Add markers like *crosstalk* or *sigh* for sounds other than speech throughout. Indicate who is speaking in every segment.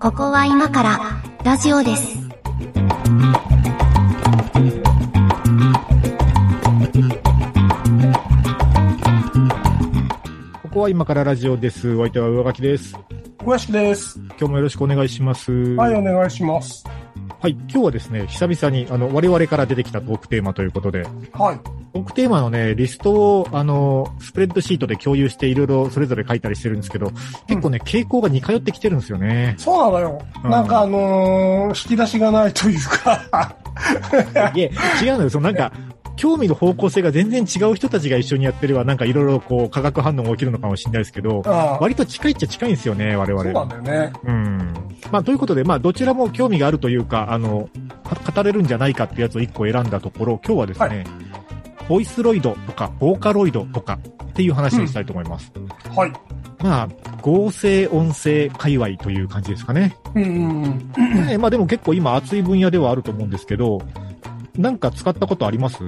Speaker 1: ここは今からラジオです。
Speaker 2: ここは今からラジオです。お相手は上垣です。
Speaker 3: 詳しくです。
Speaker 2: 今日もよろしくお願いします。
Speaker 3: はい、
Speaker 2: は
Speaker 3: お願いします。
Speaker 2: い、今日はですね、久々にあの我々から出てきたトークテーマということで、
Speaker 3: はい。。
Speaker 2: トークテーマのね、リストをあの、スプレッドシートで共有していろいろそれぞれ書いたりしてるんですけど、結構ね、傾向が似通ってきてるんですよね
Speaker 3: そうなのよ。
Speaker 2: うん
Speaker 3: なんかあのー、引き出しがないという
Speaker 2: *laughs*
Speaker 3: か、
Speaker 2: いえ、違うのよ。そのなんか、興味の方向性が全然違う人たちが一緒にやってれば、なんかいろいろこう、化学反応が起きるのかもしれないですけど、
Speaker 3: あ
Speaker 2: 割と近いっちゃ近いんですよね、我々。
Speaker 3: そうなんだよね。
Speaker 2: うん。まあ、ということで、まあ、どちらも興味があるというか、あの、か語れるんじゃないかってやつを一個選んだところ、今日はですね、ボイスロイドとか、ボーカロイドとかっていう話にしたいと思います。
Speaker 3: はい。
Speaker 2: まあ、合成音声界隈という感じですかね。
Speaker 3: うんうんうん。
Speaker 2: ねまあ、でも結構今熱い分野ではあると思うんですけど、なんか使ったことあります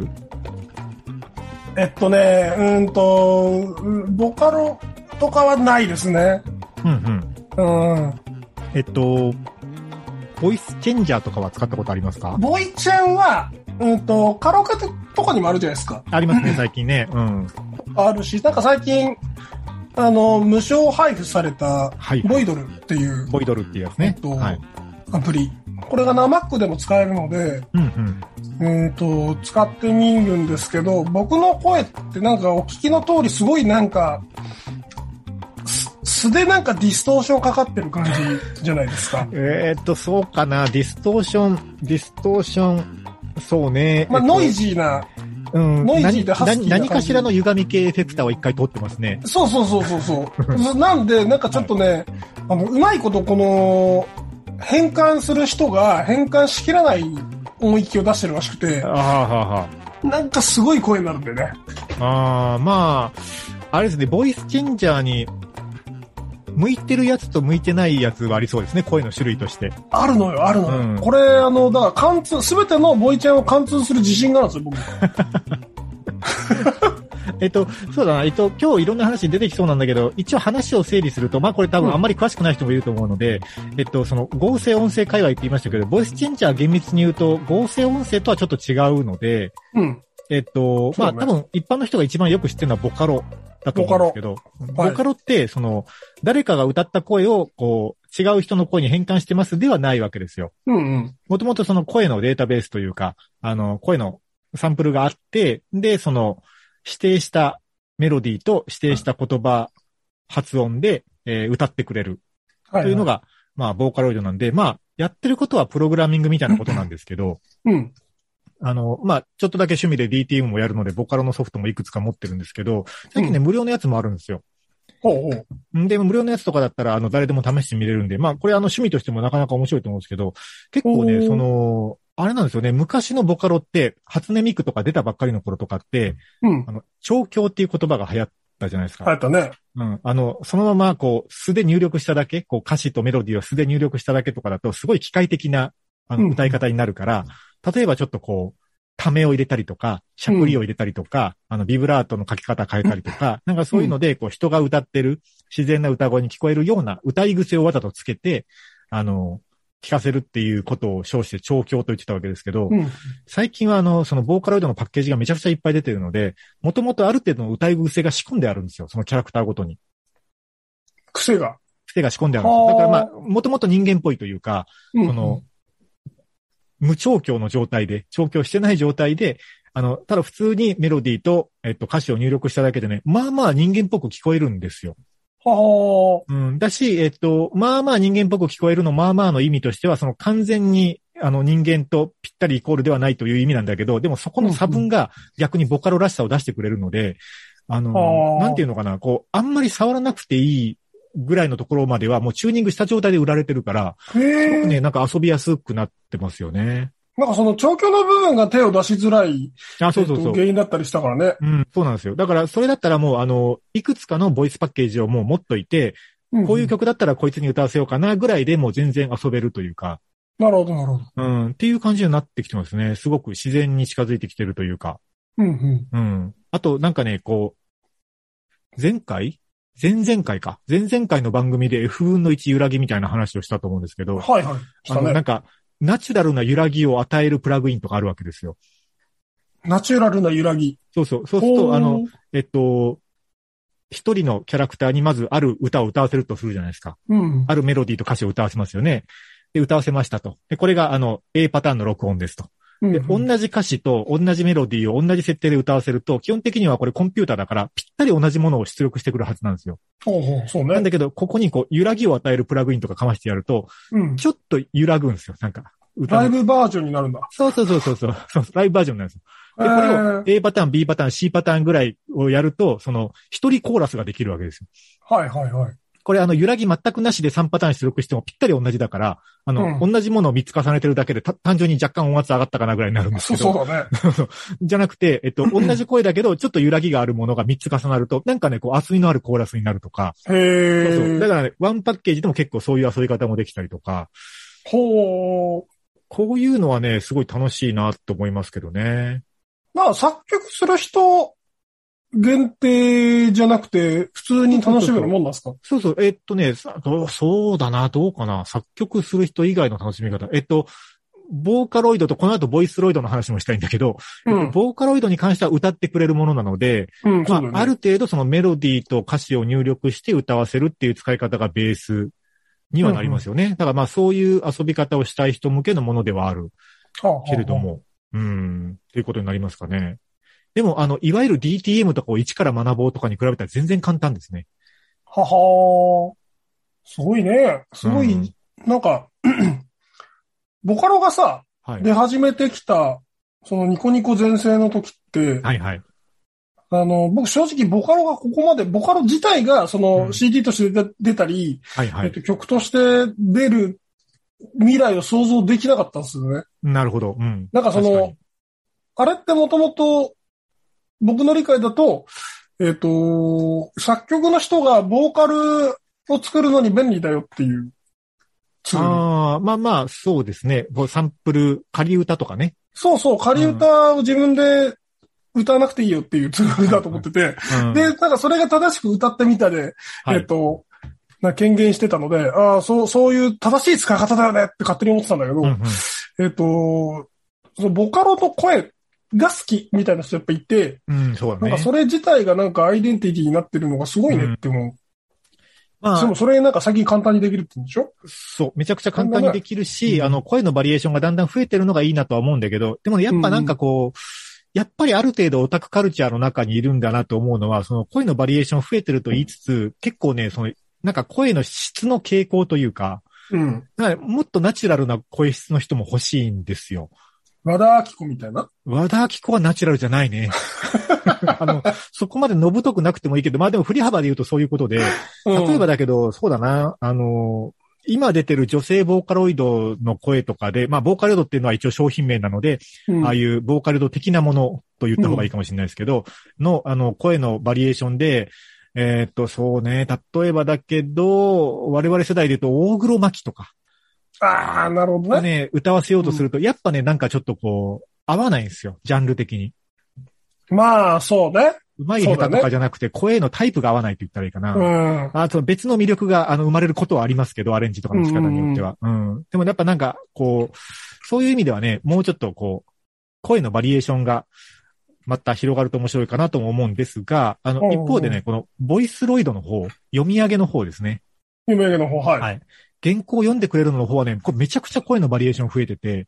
Speaker 3: えっとね、うーんと、うんボカロとかはないですね。
Speaker 2: うんうん。
Speaker 3: うん。
Speaker 2: えっと、ボイスチェンジャーとかは使ったことありますか
Speaker 3: ボイちゃんは、うんと、カラオケとかにもあるじゃないですか。
Speaker 2: ありますね、最近ね。うん。
Speaker 3: あるし、なんか最近、あの、無償配布された、
Speaker 2: はい。
Speaker 3: ボイドルっていう
Speaker 2: ボイドルっていうやつね
Speaker 3: えっ。と
Speaker 2: はい。
Speaker 3: アプリ。これがな Mac でも使えるので、
Speaker 2: うんうん。。
Speaker 3: えー、と使ってみるんですけど僕の声ってなんかお聞きの通りすごいなんかす素でなんかディストーションかかってる感じじゃないですか
Speaker 2: *laughs* えーっと、そうかな。ディストーション、ディストーション、そうね。
Speaker 3: まあ、
Speaker 2: えっと
Speaker 3: ノイ、ジーな、
Speaker 2: うん、
Speaker 3: ノイジーでハス
Speaker 2: 何
Speaker 3: キーな感じ
Speaker 2: 何かしらの歪み系エフェクターは一回通ってますね。
Speaker 3: そうそうそうそ
Speaker 2: *laughs*
Speaker 3: うそう。なんで、なんかちょっとね、あの、うまいことこの、変換する人が変換しきらない音域を出してるらしくて
Speaker 2: あ、あ、は
Speaker 3: なんかすごい声になるんでね。
Speaker 2: あ、はあ。ーまあ、あれですね、ボイスチェンジャーに、向いてるやつと向いてないやつはありそうですね、声の種類として。
Speaker 3: あるのよ、あるのよ。
Speaker 2: うん
Speaker 3: これ、あの、だから貫通、すべてのボイちゃんを貫通する自信があるんですよ、僕。
Speaker 2: えっと、そうだな、えっと、今日いろんな話出てきそうなんだけど、一応話を整理すると、まあこれ多分あんまり詳しくない人もいると思うので、えっと、その合成音声界隈って言いましたけど、ボイスチェンジャー厳密に言うと、合成音声とはちょっと違うので、
Speaker 3: うん。
Speaker 2: えっと、まあ、
Speaker 3: そう
Speaker 2: 多
Speaker 3: ね
Speaker 2: 分一般の人が一番よく知ってるのはボカロだと思うんですけど、ボカ
Speaker 3: カロはい
Speaker 2: ロって、その、誰かが歌った声を、こう、違う人の声に変換してますではないわけですよ。
Speaker 3: うんうん。
Speaker 2: もともとその声のデータベースというか、あの、声のサンプルがあって、で、その、指定したメロディーと指定した言葉、発音で、えー歌ってくれる
Speaker 3: は
Speaker 2: というの
Speaker 3: が。
Speaker 2: が、まあ、ボーカロイドなんで、まあ、やってることはプログラミングみたいなことなんですけど、
Speaker 3: うん。
Speaker 2: あの、まあ、ちょっとだけ趣味で DTM もやるので、ボカロのソフトもいくつか持ってるんですけど、最近ね、無料のやつもあるんですよ。
Speaker 3: ほうほう。
Speaker 2: んで、無料のやつとかだったら、あの、誰でも試してみれるんで、まあ、これあの、趣味としてもなかなか面白いと思うんですけど、結構
Speaker 3: お
Speaker 2: ね、
Speaker 3: ー
Speaker 2: その、あれなんですよね、昔のボカロって、初音ミクとか出たばっかりの頃とかって、
Speaker 3: うん
Speaker 2: あ。の、調教っていう言葉が流行ったじゃないですか。
Speaker 3: あったね。
Speaker 2: うん。あの、そのまま、こう、素で入力しただけ、こう、歌詞とメロディーを素で入力しただけとかだと、すごい機械的な、あ
Speaker 3: う
Speaker 2: の、
Speaker 3: ん
Speaker 2: 歌い方になるから、例えばちょっとこう、ためを入れたりとか、しゃくりを入れたりとか、あの、ビブラートの書き方変えたりとか、なんかそういうので、こう、人が歌ってる、自然な歌声に聞こえるような歌い癖をわざとつけて、あの、聞かせるっていうことを称して調教と言ってたわけですけど、
Speaker 3: うん。
Speaker 2: 最近はあの、そのボーカロイドのパッケージがめちゃくちゃいっぱい出てるので、もともとある程度の歌い癖が仕込んであるんですよ、そのキャラクターごとに。
Speaker 3: 癖が。
Speaker 2: 癖が仕込んであるんですよ。だ
Speaker 3: はあ
Speaker 2: からまあ、もともと人間っぽいというか、
Speaker 3: うん。
Speaker 2: この、無調教の状態で、調教してない状態で、あの、ただ普通にメロディーと、えっと、歌詞を入力しただけでね、まあまあ人間っぽく聞こえるんですよ。
Speaker 3: は
Speaker 2: うん。だし、えっと、まあまあ人間っぽく聞こえるの、まあまあの意味としては、その完全に、あの人間とぴったりイコールではないという意味なんだけど、でもそこの差分が逆にボカロらしさを出してくれるので、あの、
Speaker 3: あー
Speaker 2: なんていうのかな、こう、あんまり触らなくていいぐらいのところまではもうチューニングした状態で売られてるから、
Speaker 3: あ。
Speaker 2: すご
Speaker 3: へ
Speaker 2: く
Speaker 3: え。
Speaker 2: ね、なんか遊びやすくなってますよね。
Speaker 3: なんかその調教の部分が手を出しづらい、
Speaker 2: あ、そうそう
Speaker 3: えっ
Speaker 2: そ
Speaker 3: と
Speaker 2: う。
Speaker 3: 原因だったりしたからね。
Speaker 2: うん、そうなんですよ。だから、それだったらもう、あの、いくつかのボイスパッケージをもう持っといて、
Speaker 3: うん
Speaker 2: こういう。曲だったらこいつに歌わせようかなぐらいでもう全然遊べるというか、
Speaker 3: なるほど、なるほど。
Speaker 2: うん、っていう感じになってきてますね。すごく自然に近づいてきてるというか。
Speaker 3: うんうん。
Speaker 2: うん。あと、なんかね、こう、前回前々回か。前々回の番組で F 分の1揺らぎみたいな話をしたと思うんですけど、
Speaker 3: はいはい。し
Speaker 2: あ
Speaker 3: た
Speaker 2: の、なん
Speaker 3: ね。
Speaker 2: か、ナチュラルな揺らぎを与えるプラグインとかあるわけですよ。
Speaker 3: ナチュラルな揺らぎ。
Speaker 2: そうそう。そうする
Speaker 3: ほう
Speaker 2: と、あの、、えっと、一人のキャラクターにまずある歌を歌わせるとするじゃないですか。
Speaker 3: うん。
Speaker 2: あるメロディーと歌詞を歌わせますよね。で、歌わせましたと。で、これがあの、A パターンの録音ですと。
Speaker 3: うん
Speaker 2: で、同じ歌詞と同じメロディーを同じ設定で歌わせると、基本的にはこれコンピューターだから、ぴったり同じものを出力してくるはずなんですよ。
Speaker 3: ほうほう、そう
Speaker 2: なん
Speaker 3: ね。
Speaker 2: だけど、ここにこう、揺らぎを与えるプラグインとかかましてやると、
Speaker 3: うん。
Speaker 2: ちょっと揺らぐんですよ、なんか。
Speaker 3: ラ
Speaker 2: 歌の。
Speaker 3: イブバージョンになるんだ。
Speaker 2: そうそうそうそうそう。そうライブバージョンなんですよ。
Speaker 3: え
Speaker 2: で、これを
Speaker 3: ー
Speaker 2: A パターン、B パターン、C パターンぐらいをやると、その、一人コーラスができるわけですよ。
Speaker 3: はいはいはい。
Speaker 2: これあの、揺らぎ全くなしで3パターン出力してもぴったり同じだから、あの、
Speaker 3: う
Speaker 2: 同じものを3つ重ねてるだけで、た単純に若干音圧上がったかなぐらいになるんです
Speaker 3: そう
Speaker 2: けど、
Speaker 3: そうだね。
Speaker 2: じゃなくて、えっと、同じ声だけど、ちょっと揺らぎがあるものが3つ重なると、なんかね、こう、厚みのあるコーラスになるとか、そう
Speaker 3: へえ。
Speaker 2: そう。だからね、ワンパッケージでも結構そういう遊び方もできたりとか、
Speaker 3: ほう。
Speaker 2: こういうのはね、すごい楽しいなと思いますけどね。
Speaker 3: まあ、作曲する人限定じゃなくて、普通に楽しめるもんなんですか
Speaker 2: そうそう、えっとね、さどうそうだな、どうかな。作曲する人以外の楽しみ方。えっと、ボーカロイドとこの後ボイスロイドの話もしたいんだけど、
Speaker 3: うん。
Speaker 2: ボーカロイドに関しては歌ってくれるものなので、
Speaker 3: うん、
Speaker 2: ま
Speaker 3: *laughs* そうだよね
Speaker 2: あ、ある程度そのメロディーと歌詞を入力して歌わせるっていう使い方がベースにはなりますよね。だからまあそういう遊び方をしたい人向けのものではあるけれど。も、うん、ということになりますかね。でも、あの、いわゆる DTM とかを一から学ぼうとかに比べたら全然簡単ですね。
Speaker 3: ははー。すごいね。すごい、
Speaker 2: うん
Speaker 3: なんか、 *clears throat* ボカロがさ、
Speaker 2: はい。
Speaker 3: 出始めてきた、そのニコニコ全盛の時って、
Speaker 2: はいはい。
Speaker 3: あの、僕正直ボカロがここまで、ボカロ自体がそうの
Speaker 2: ん
Speaker 3: CD として出出たり、
Speaker 2: はいは
Speaker 3: えっ
Speaker 2: い。
Speaker 3: と、曲として出る未来を想像できなかったんですよね。
Speaker 2: なるほど。うん。
Speaker 3: なんかその
Speaker 2: 確
Speaker 3: あれってもともと、僕の理解だと、えっ、と、作曲の人がボーカルを作るのに便利だよっていうツ
Speaker 2: かに
Speaker 3: ール。
Speaker 2: ああ、まあまあ、そうですね。こうサンプル、仮歌とかね。
Speaker 3: そうそう、仮歌を自分で歌わなくていいよっていうツールだと思ってて、
Speaker 2: うん
Speaker 3: で、なんかそれが正しく歌ってみたで、
Speaker 2: はい
Speaker 3: えっ、と、な権限してたので、ああ、そう、そういう正しい使い方だよねって勝手に思ってたんだけど、
Speaker 2: うんうん
Speaker 3: えっ、と、そのボカロの声が好きみたいな人やっぱいて、
Speaker 2: うん、そうだ
Speaker 3: なん
Speaker 2: ね。
Speaker 3: かそれ自体がなんかアイデンティティになってるのがすごいねって思う。
Speaker 2: まあ
Speaker 3: でもそれなんか最近簡単にできるって言うんでしょ
Speaker 2: そう、めちゃくちゃ簡単にできるし、
Speaker 3: うん
Speaker 2: あの、声のバリエーションがだんだん増えてるのがいいなとは思うんだけど、でもやっぱなんかこう、やっぱりある程度オタクカルチャーの中にいるんだなと思うのは、その声のバリエーション増えてると言いつつ、結構ね、その、なんか声の質の傾向というか、
Speaker 3: うん。
Speaker 2: なんかもっとナチュラルな声質の人も欲しいんですよ。
Speaker 3: 和田アキ子みたいな。
Speaker 2: 和田明子はナチュラルじゃないね。あの、そこまでのぶとくなくてもいいけど、まあでも振り幅で言うとそういうことで、例えば
Speaker 3: だ。
Speaker 2: だけど、そうだな、あの、今出てる女性ボーカロイドの声とかで、まあ、ボーカロイドっていうのは一応商品名なので、
Speaker 3: うん
Speaker 2: ああいうボーカロイド的なものと言った方がいいかもしれないですけど、の、あの、声のバリエーションで、えーっと、そうね、例えばだけど、我々世代で言うと、大黒摩季とか、
Speaker 3: ああ、なるほどね。
Speaker 2: ね、歌わせようとすると、やっぱね、なんかちょっとこう、合わないんですよ、ジャンル的に。
Speaker 3: まあ、そうね。
Speaker 2: うまい下手とかじゃなくて、声のタイプが合わないと言ったらいいかな。
Speaker 3: うん。
Speaker 2: あと別の魅力があの生まれることはありますけど、アレンジとかの仕方によっては。うんでもやっぱなんか、こう、そういう意味ではね、もうちょっとこう、声のバリエーションが、また広がると面白いかなとも思うんですが、あ
Speaker 3: うんう
Speaker 2: の、
Speaker 3: ん
Speaker 2: 一方でね、この、ボイスロイドの方、読み上げの方ですね。
Speaker 3: 夢毛の方、はい。
Speaker 2: はい原稿を読んでくれるのの方はね、これめちゃくちゃ声のバリエーション増えてて、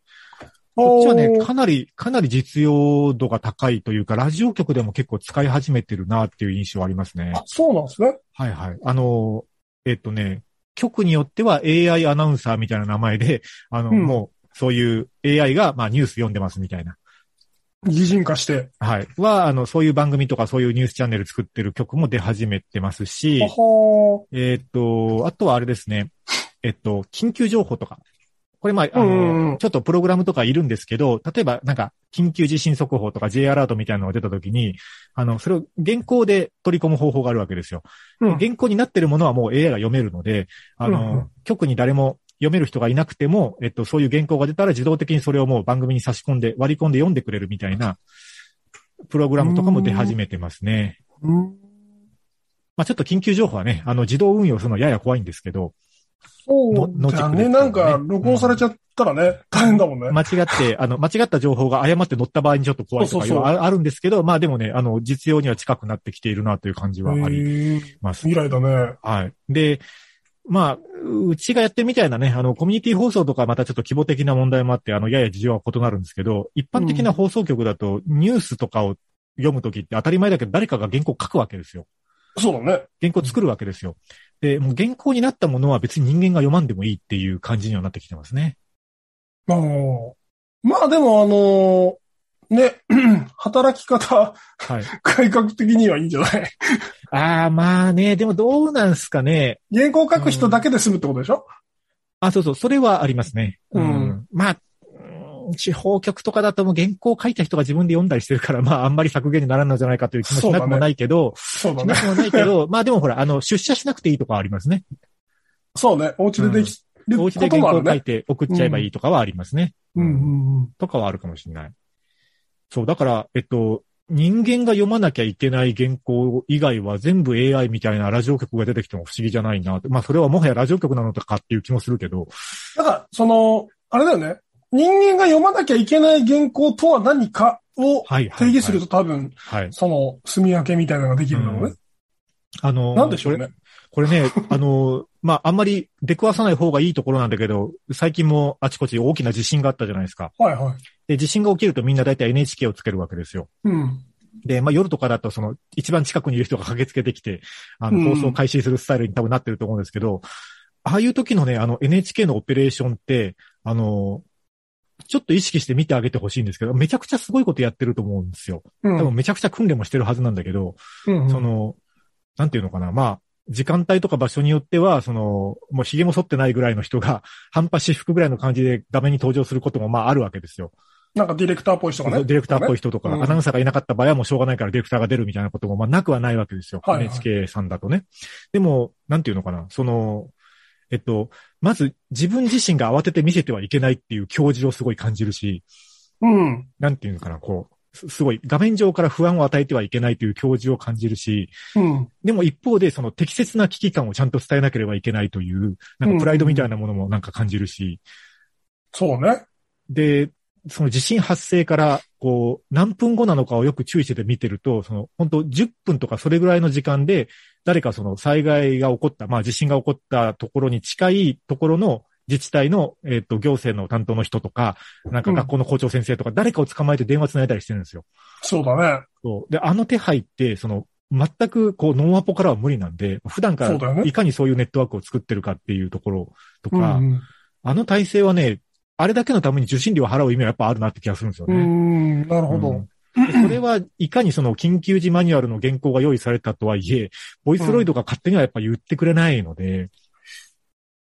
Speaker 2: こっ
Speaker 3: お
Speaker 2: ち
Speaker 3: ー
Speaker 2: はね、かなり、かなり実用度が高いというか、ラジオ局でも結構使い始めてるなっていう印象ありますね。
Speaker 3: あそうなんですね。
Speaker 2: はいはい。あの、えっとね、局によっては AI アナウンサーみたいな名前で、 *laughs* あの、
Speaker 3: うん
Speaker 2: もう、そういう AI が、まあ、ニュース読んでますみたいな。
Speaker 3: 擬人化して。
Speaker 2: はい。は、あの、そういう番組とかそういうニュースチャンネル作ってる局も出始めてますし
Speaker 3: は、は
Speaker 2: えっと、あとはあれですね、えっと、緊急情報とか。これ、まあ、あ
Speaker 3: うんうんう
Speaker 2: の
Speaker 3: ん、
Speaker 2: ちょっとプログラムとかいるんですけど、例えば、なんか、緊急地震速報とか J アラートみたいなのが出た時に、あの、それを原稿で取り込む方法があるわけですよ。
Speaker 3: ー。
Speaker 2: 原稿になってるものはもう AI が読めるので、あの、
Speaker 3: うんうん
Speaker 2: 局に誰も読める人がいなくても、えっと、そういう原稿が出たら自動的にそれをもう番組に差し込んで、割り込んで読んでくれるみたいな、プログラムとかも出始めてますね。
Speaker 3: うん。
Speaker 2: まあちょっと緊急情報はね、あの自動運用するのやや怖いんですけど、
Speaker 3: そう
Speaker 2: の
Speaker 3: じゃあ
Speaker 2: 後ですからね
Speaker 3: ね、なんか、録音されちゃったらね、大変だもんね。
Speaker 2: 間違
Speaker 3: *laughs*
Speaker 2: って、あの、間違った情報が誤って乗った場合にちょっと怖いとかいうのは
Speaker 3: そう
Speaker 2: ああるんですけど、まあでもね、あの、実用には近くなってきているなという感じはあり
Speaker 3: へー
Speaker 2: ます。
Speaker 3: 未来だね。
Speaker 2: はい。で、まあ、うちがやってるみたいなね、あの、コミュニティ放送とかまたちょっと規模的な問題もあって、あの、やや事情は異なるんですけど、一般的な放送局だと、ニュースとかを読むときって当たり前だけど、誰かが原稿書くわけですよ。
Speaker 3: そうだね。
Speaker 2: 原稿作るわけですよ。で、もう原稿になったものは別に人間が読まんでもいいっていう感じにはなってきてますね。
Speaker 3: あーまあでも、あのーね、 *clears throat* 働き
Speaker 2: は
Speaker 3: 方、 *laughs*
Speaker 2: い。
Speaker 3: 改革的にはいいんじゃない *laughs*
Speaker 2: ああ、まあね、でもどうなんすかね。
Speaker 3: 原稿書く人だけで済むってことでしょ、
Speaker 2: あ、そうそう、それはありますね。
Speaker 3: うん
Speaker 2: まあ、うん地方局とかだともう原稿を書いた人が自分で読んだりしてるから、まああんまり削減にならんのじゃないかという気もしなくもないけど、
Speaker 3: そうだ
Speaker 2: しな
Speaker 3: ね。
Speaker 2: くもないけど、まあでもほら、あの、出社しなくていいとかはありますね。
Speaker 3: そうね。お家でできる
Speaker 2: お
Speaker 3: こ
Speaker 2: 家で
Speaker 3: と
Speaker 2: 原
Speaker 3: もあ
Speaker 2: 稿を
Speaker 3: る
Speaker 2: 書い
Speaker 3: ね。
Speaker 2: て送っちゃえばいいとかはありますね。
Speaker 3: うんうんうん。
Speaker 2: とかはあるかもしれない。そう、だから、えっと、人間が読まなきゃいけない原稿以外は全部 AI みたいなラジオ局が出てきても不思議じゃないなと。まあそれはもはやラジオ局なのかっていう気もするけど、
Speaker 3: だから、その、あれだよね。人間が読まなきゃいけない原稿とは何かを
Speaker 2: はい、はい。
Speaker 3: 定義する
Speaker 2: と。
Speaker 3: と多分、
Speaker 2: はい。
Speaker 3: その、住み分けみたいなのができるんだろうね。
Speaker 2: あのー
Speaker 3: なんでしょうね。
Speaker 2: これね、 *laughs* あの、まあ、あんまり出くわさない方がいいところなんだけど、最近もあちこち大きな地震があったじゃないですか。
Speaker 3: はいはい。
Speaker 2: で、地震が起きるとみんな大体 NHK をつけるわけですよ。
Speaker 3: うん。
Speaker 2: で、まあ、夜とかだとその一番近くにいる人が駆けつけてきて、あ
Speaker 3: うん
Speaker 2: の、放送開始するスタイルに多分なってると思うんですけど、ああいう時のね、あの NHK のオペレーションって、あの、ちょっと意識して見てあげてほしいんですけど、めちゃくちゃすごいことやってると思うんですよ。
Speaker 3: う
Speaker 2: 多
Speaker 3: ん。
Speaker 2: 分めちゃくちゃ訓練もしてるはずなんだけど、
Speaker 3: うん
Speaker 2: その、なんていうのかな、まあ、時間帯とか場所によっては、その、もう髭も剃ってないぐらいの人が、半端私服ぐらいの感じで画面に登場することもまああるわけですよ。
Speaker 3: なんかディレクターっぽい人がね。
Speaker 2: ディレクターっぽい人とか、
Speaker 3: うん
Speaker 2: アナウンサーがいなかった場合はもうしょうがないからディレクターが出るみたいなこともまあなくはないわけですよ。
Speaker 3: はいはい
Speaker 2: NHK さんだとね。でも、なんていうのかな、その、えっと、まず自分自身が慌てて見せてはいけないっていう教示をすごい感じるし、
Speaker 3: うん。
Speaker 2: なんていうのかな、こう、すすごい画面上から不安を与えてはいけないという教示を感じるし、
Speaker 3: うん。
Speaker 2: でも一方でその適切な危機感をちゃんと伝えなければいけないという、なんかプライドみたいなものもなんか感じるし、
Speaker 3: そうね。
Speaker 2: で、その地震発生から、こう、何分後なのかをよく注意して見てると、その、本当10分とかそれぐらいの時間で、誰かその災害が起こった、まあ地震が起こったところに近いところの自治体の、えっ、と、行政の担当の人とか、なんか学校の校長先生とか、誰かを捕まえて電話つないだりしてるんですよ。
Speaker 3: そうだね。
Speaker 2: そう。で、あの手配って、その、全く、こう、ノンアポからは無理なんで、普段か
Speaker 3: そうだよ
Speaker 2: ら
Speaker 3: ね
Speaker 2: いかにそういうネットワークを作ってるかっていうところとか、
Speaker 3: うん
Speaker 2: あの体制はね、あれだけのために受信料を払う意味はやっぱあるなって気がするんですよ
Speaker 3: う
Speaker 2: ね。
Speaker 3: ん。うん。なるほ
Speaker 2: う
Speaker 3: ど
Speaker 2: ん。でそれはいかにその緊急時マニュアルの原稿が用意されたとはいえ、ボイスロイドが勝手にはやっぱ言ってくれないので、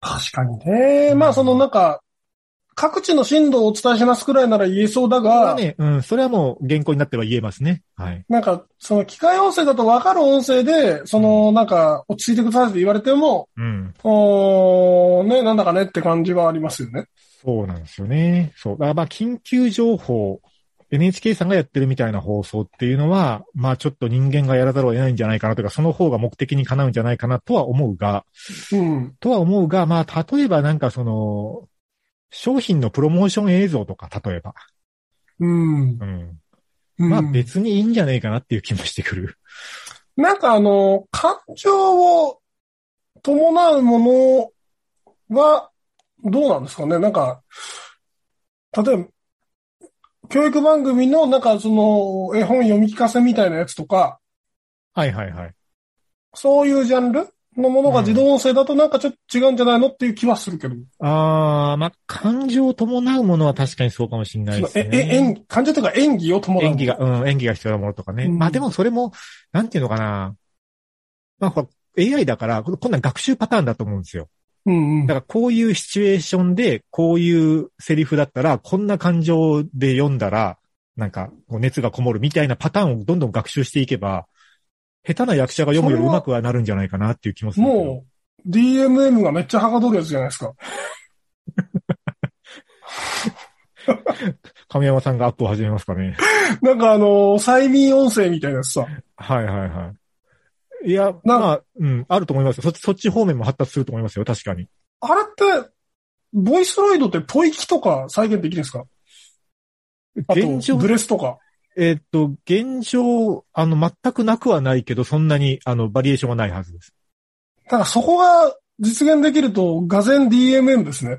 Speaker 3: 確かにね。まあ、そのなんか、各地の震度をお伝えしますくらいなら言えそうだ
Speaker 2: それは
Speaker 3: が、
Speaker 2: ね、うん、それはもう原稿になっては言えますね。はい。
Speaker 3: なんか、その機械音声だとわかる音声で、そのなんか、落ち着いてくださいって言われても、
Speaker 2: うん。
Speaker 3: おーね、なんだかねって感じはありますよね。
Speaker 2: そうなんですよね。そう。だからまあ、緊急情報、NHK さんがやってるみたいな放送っていうのは、まあちょっと人間がやらざるを得ないんじゃないかなというか、その方が目的にかなうんじゃないかなとは思うが、
Speaker 3: うん。
Speaker 2: とは思うが、まあ例えばなんかその、商品のプロモーション映像とか、例えば。
Speaker 3: うん。
Speaker 2: うん。
Speaker 3: うん
Speaker 2: まあ別にいいんじゃないかなっていう気もしてくる。
Speaker 3: なんかあの、感情を伴うものは、どうなんですかねなんか、例えば、教育番組の、なんかその、絵本読み聞かせみたいなやつとか、
Speaker 2: *laughs* はいはいはい。
Speaker 3: そういうジャンルのものが自動音声だとなんかちょっと違うんじゃないのっていう気はするけど。
Speaker 2: ああ、まあ感情を伴うものは確かにそうかもしれない
Speaker 3: そ
Speaker 2: で
Speaker 3: の
Speaker 2: す
Speaker 3: え
Speaker 2: ね。
Speaker 3: え演感情というか演技を伴う。
Speaker 2: 演技が、。うん、演技が必要なものとかね。
Speaker 3: うん
Speaker 2: まあでもそれも、なんていうのかな。まあほら、AI だから、これこんなん学習パターンだと思うんですよ。
Speaker 3: うんうん
Speaker 2: だ。からこういうシチュエーションで、こういうセリフだったら、こんな感情で読んだら、なんか、こう熱がこもるみたいなパターンをどんどん学習していけば、下手な役者が読むより
Speaker 3: それは
Speaker 2: 上手くはなるんじゃないかなっていう気もするけど。
Speaker 3: もう、DMM がめっちゃはかどるやつじゃないですか。
Speaker 2: 神山さんがアップを始めますかね。
Speaker 3: なんかあの、催眠音声みたいなやつさ。
Speaker 2: はいはいはい。いや、
Speaker 3: な
Speaker 2: まあ、うん、あると思いますよ。そっち、そっち方面も発達すると思いますよ、確かに。
Speaker 3: あれって、ボイスロイドってポイキとか再現できるんですかあ
Speaker 2: 現
Speaker 3: と、
Speaker 2: 状
Speaker 3: ブ、レスとか。
Speaker 2: えっと、現状、あの、全くなくはないけど、そんなに、あの、バリエーションはないはずです。
Speaker 3: だからそこが実現できると、がぜん DMM ですね。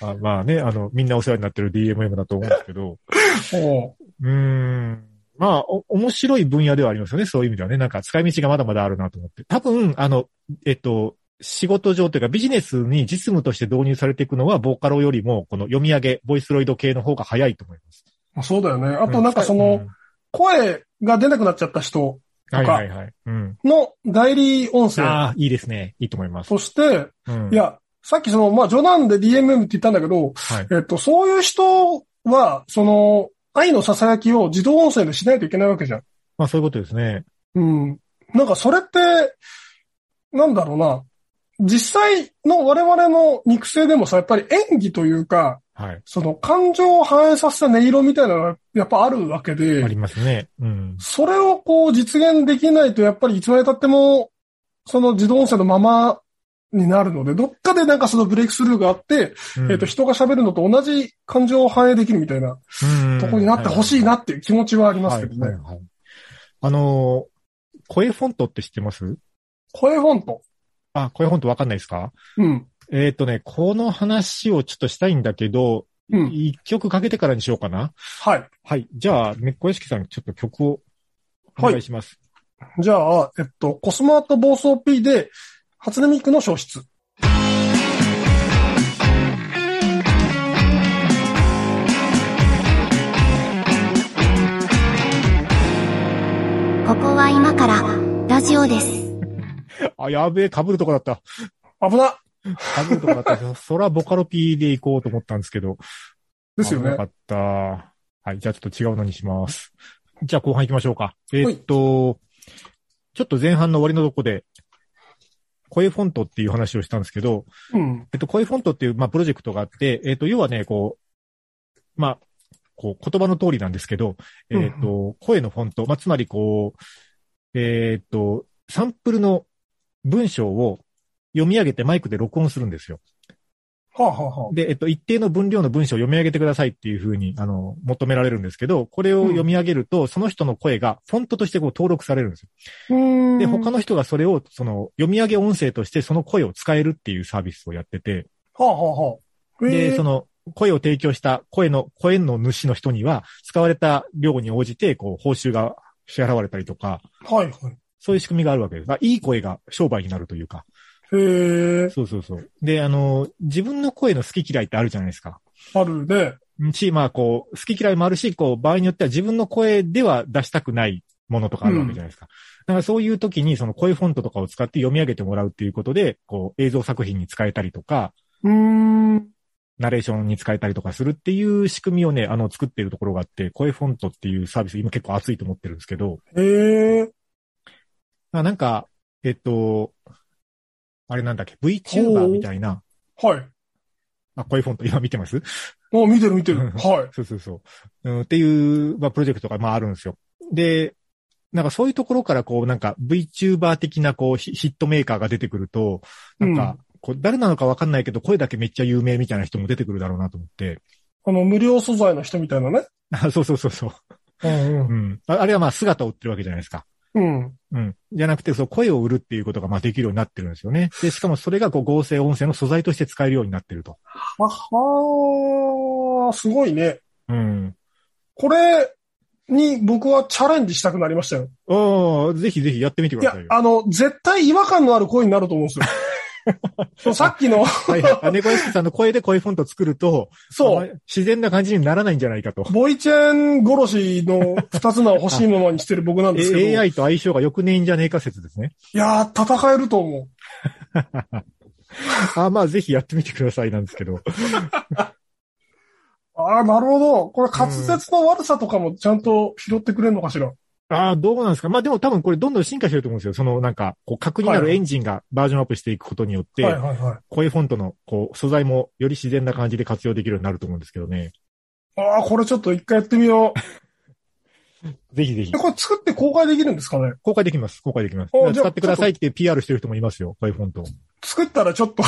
Speaker 2: あまあね、あの、みんなお世話になってる DMM だと思うんですけど、
Speaker 3: *laughs* おう
Speaker 2: うーん。まあ、お、面白い分野ではありますよね。そういう意味ではね。なんか、使い道がまだまだあるなと思って。多分、あの、えっと、仕事上というかビジネスに実務として導入されていくのは、ボーカロよりも、この読み上げ、ボイスロイド系の方が早いと思います。
Speaker 3: まあそうだよね。あ
Speaker 2: あ
Speaker 3: となんかその、、声が出なくなっちゃった人
Speaker 2: はいはいはい。うん。
Speaker 3: の代理音声
Speaker 2: ああ、いいですね。いいと思います。
Speaker 3: として、
Speaker 2: うん
Speaker 3: い、や、さっきその、まあ冗談で DMM って言ったんだけど、
Speaker 2: はい。
Speaker 3: えっと、そういう人は、その、愛の囁きを自動音声でしないといけないわけじゃん。
Speaker 2: まあ、そういうことですね。
Speaker 3: うん。なんかそれって、なんだろうな。実際の我々の肉声でもさ、やっぱり演技というか、
Speaker 2: はい。
Speaker 3: その感情を反映させた音色みたいなのがやっぱあるわけ
Speaker 2: あ
Speaker 3: で
Speaker 2: り、ますね。うん。
Speaker 3: それをこう実現できないとやっぱりいつまで経っても、その自動音声のままになるので、どっかでなんかそのブレイクスルーがあって、
Speaker 2: うん
Speaker 3: えっと、人が喋るのと同じ感情を反映できるみたいな
Speaker 2: うん
Speaker 3: とこになってほしいなっていう気持ちはありますけど
Speaker 2: はい
Speaker 3: ね。
Speaker 2: はいはいあのー声フォントって知ってます
Speaker 3: 声フォント。
Speaker 2: あ、声フォントわかんないですか
Speaker 3: うん。
Speaker 2: えっ、とね、この話をちょっとしたいんだけど、
Speaker 3: うん。
Speaker 2: 一、曲かけてからにしようかな。
Speaker 3: はい。
Speaker 2: はい。じゃあ、猫屋敷さん、ちょっと曲をお
Speaker 3: はい
Speaker 2: 願いします。
Speaker 3: じゃあ、えっと、コスマート暴走 P で、初音ミクの消失。
Speaker 1: ここは今からラジオです。
Speaker 2: あ、やべえ、被るとこだった。
Speaker 3: 危な
Speaker 2: 被るとこ
Speaker 3: *laughs*
Speaker 2: だった。そら、ボカロ P で行こうと思ったんですけど。
Speaker 3: ですよ
Speaker 2: 危な
Speaker 3: ね
Speaker 2: か。った。はい。じゃあちょっと違うのにします。じゃあ後半行きましょうか。えーっと、ちょっと前半の終わりのとこで、声フォントっていう話をしたんですけど、
Speaker 3: うん。
Speaker 2: えっと、声フォントっていう、まあ、プロジェクトがあって、えっと、要はね、こう、まあ、こう、言葉の通りなんですけど、え
Speaker 3: うん
Speaker 2: っと、声のフォント、まあ、つまりこう、えっと、サンプルの文章を読み上げてマイクで録音するんですよ。
Speaker 3: はあ、はあはあ、
Speaker 2: で、えっと、一定の分量の文章を読み上げてくださいっていうふうに、あの、求められるんですけど、これを読み上げると、その人の声がフォントとしてこう登録されるんですよ。
Speaker 3: うーん。
Speaker 2: で、他の人がそれを、その、読み上げ音声としてその声を使えるっていうサービスをやってて、
Speaker 3: はあ、はあはあ、え
Speaker 2: で、
Speaker 3: ー
Speaker 2: その、声を提供した声の、声の主の人には、使われた量に応じて、こう、報酬が支払われたりとか、
Speaker 3: はい、はい。
Speaker 2: そういう仕組みがあるわけです。まあいい声が商売になるというか。
Speaker 3: えー、
Speaker 2: そうそうそう。で、あの、自分の声の好き嫌いってあるじゃないですか。
Speaker 3: あるで、
Speaker 2: し、まあこう、好き嫌いもあるし、こう、場合によっては自分の声では出したくないものとかあるわけじゃないですか。だからそういう時に、その声フォントとかを使って読み上げてもらうっていうことで、こう、映像作品に使えたりとか、
Speaker 3: うーん。
Speaker 2: ナレーションに使えたりとかするっていう仕組みをね、あの、作ってるところがあって、声フォントっていうサービス、今結構熱いと思ってるんですけど、
Speaker 3: えー、
Speaker 2: まあなんか、えっと、あれなんだっけ、VTuber みたいな、
Speaker 3: はい。
Speaker 2: あ、声フォント今見てます
Speaker 3: あ、見てる見てる。
Speaker 2: *laughs*
Speaker 3: はい。
Speaker 2: そうそうそう。うん、っていう、まあ、プロジェクトが、まあ、あるんですよ。で、なんかそういうところから、こう、なんか VTuber 的な、こう、ヒヒットメーカーが出てくると、なんか、こう、誰なのかわかんないけど、声だけめっちゃ有名みたいな人も出てくるだろうなと思って。 *laughs*
Speaker 3: あの、無料素材の人みたいなね。
Speaker 2: あそうそうそうそう。
Speaker 3: うん
Speaker 2: う。ん。ああれはまあ、姿を売ってるわけじゃないですか。
Speaker 3: うん。
Speaker 2: うん。じゃなくて、そう、声を売るっていうことが、まあ、できるようになってるんですよね。で、しかもそれが、こう、合成音声の素材として使えるようになってると。
Speaker 3: ははー、すごいね。
Speaker 2: うん。
Speaker 3: これに僕はチャレンジしたくなりましたよ。
Speaker 2: おーぜひぜひやってみてく
Speaker 3: い
Speaker 2: だ
Speaker 3: や
Speaker 2: さい、よ。
Speaker 3: あの、絶対違和感のある声になると思う
Speaker 2: *laughs*
Speaker 3: んですよ。そうさっきの、
Speaker 2: はいはいあ。猫屋敷さんの声で声フォント作ると、
Speaker 3: そ
Speaker 2: あ
Speaker 3: う、
Speaker 2: まり自然な感じにならないんじゃないかと。
Speaker 3: ボイチェン殺しの二つ名を欲しいままにしてる僕なんですけど、
Speaker 2: え
Speaker 3: い
Speaker 2: AI と相性が良くねえんじゃねえか説ですね。
Speaker 3: やー、戦えると思
Speaker 2: *laughs* あまあ、ぜひやってみてくださいなんですけど。
Speaker 3: う。あー、なるほど。これ滑舌の悪さとかもちゃんと拾ってくれるのかしら。
Speaker 2: *laughs* ああ、どうなんですか。まあでも多分これどんどん進化してると思うんですよ。そのなんか、こう、核にな
Speaker 3: はい
Speaker 2: る
Speaker 3: はい
Speaker 2: エンジンがバージョンアップしていくことによって、
Speaker 3: はいはいはい。
Speaker 2: 声フォントの、こう、素材もより自然な感じで活用できるようになると思うんですけどね。
Speaker 3: あー、これちょっと一回やってみよう。
Speaker 2: ぜひぜひ
Speaker 3: で、。これ作って公開できるんですかね
Speaker 2: 公開できます。公開できます。
Speaker 3: お
Speaker 2: だから
Speaker 3: じゃあ
Speaker 2: 使ってくださいって PR してる人もいますよ、こういうフォント。
Speaker 3: 作ったらちょっと、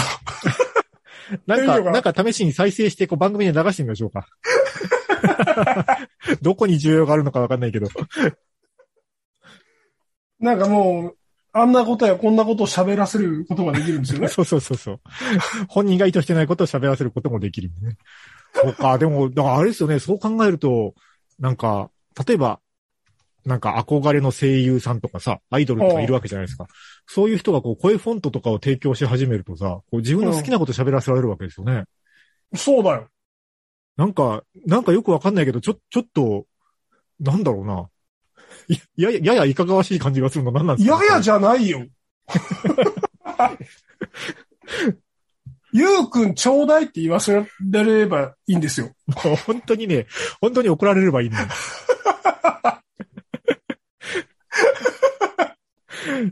Speaker 2: なん
Speaker 3: 大
Speaker 2: か、
Speaker 3: 丈夫か
Speaker 2: なんか試しに再生して、こう番組で流してみましょうか。 *laughs* どこに需要があるのかわかんないけど。
Speaker 3: なんかもう、あんなことやこんなことを喋らせることができる
Speaker 2: *laughs*
Speaker 3: んですよね。
Speaker 2: そうそうそうそう。本人が意図してないことを喋らせることもできるんでね。そうか、でも、だからあれですよね、そう考えると、なんか、例えば、なんか憧れの声優さんとかさ、アイドルとかいるわけじゃないですか。そういう人がこう声フォントとかを提供し始めるとさ、こう自分の好きなこと喋らせられるわけですよね。
Speaker 3: そうだよ。
Speaker 2: なんか、なんかよくわかんないけど、ちょ、ちょっと、なんだろうな。いや、やややいかがわしい感じがするの何なんで
Speaker 3: い
Speaker 2: すか
Speaker 3: ややじゃないよ。ゆうくんちょうだいって言わせられればいいんですよ。
Speaker 2: もう *laughs* 本当にね、本当に怒られればいいん *laughs* だよ。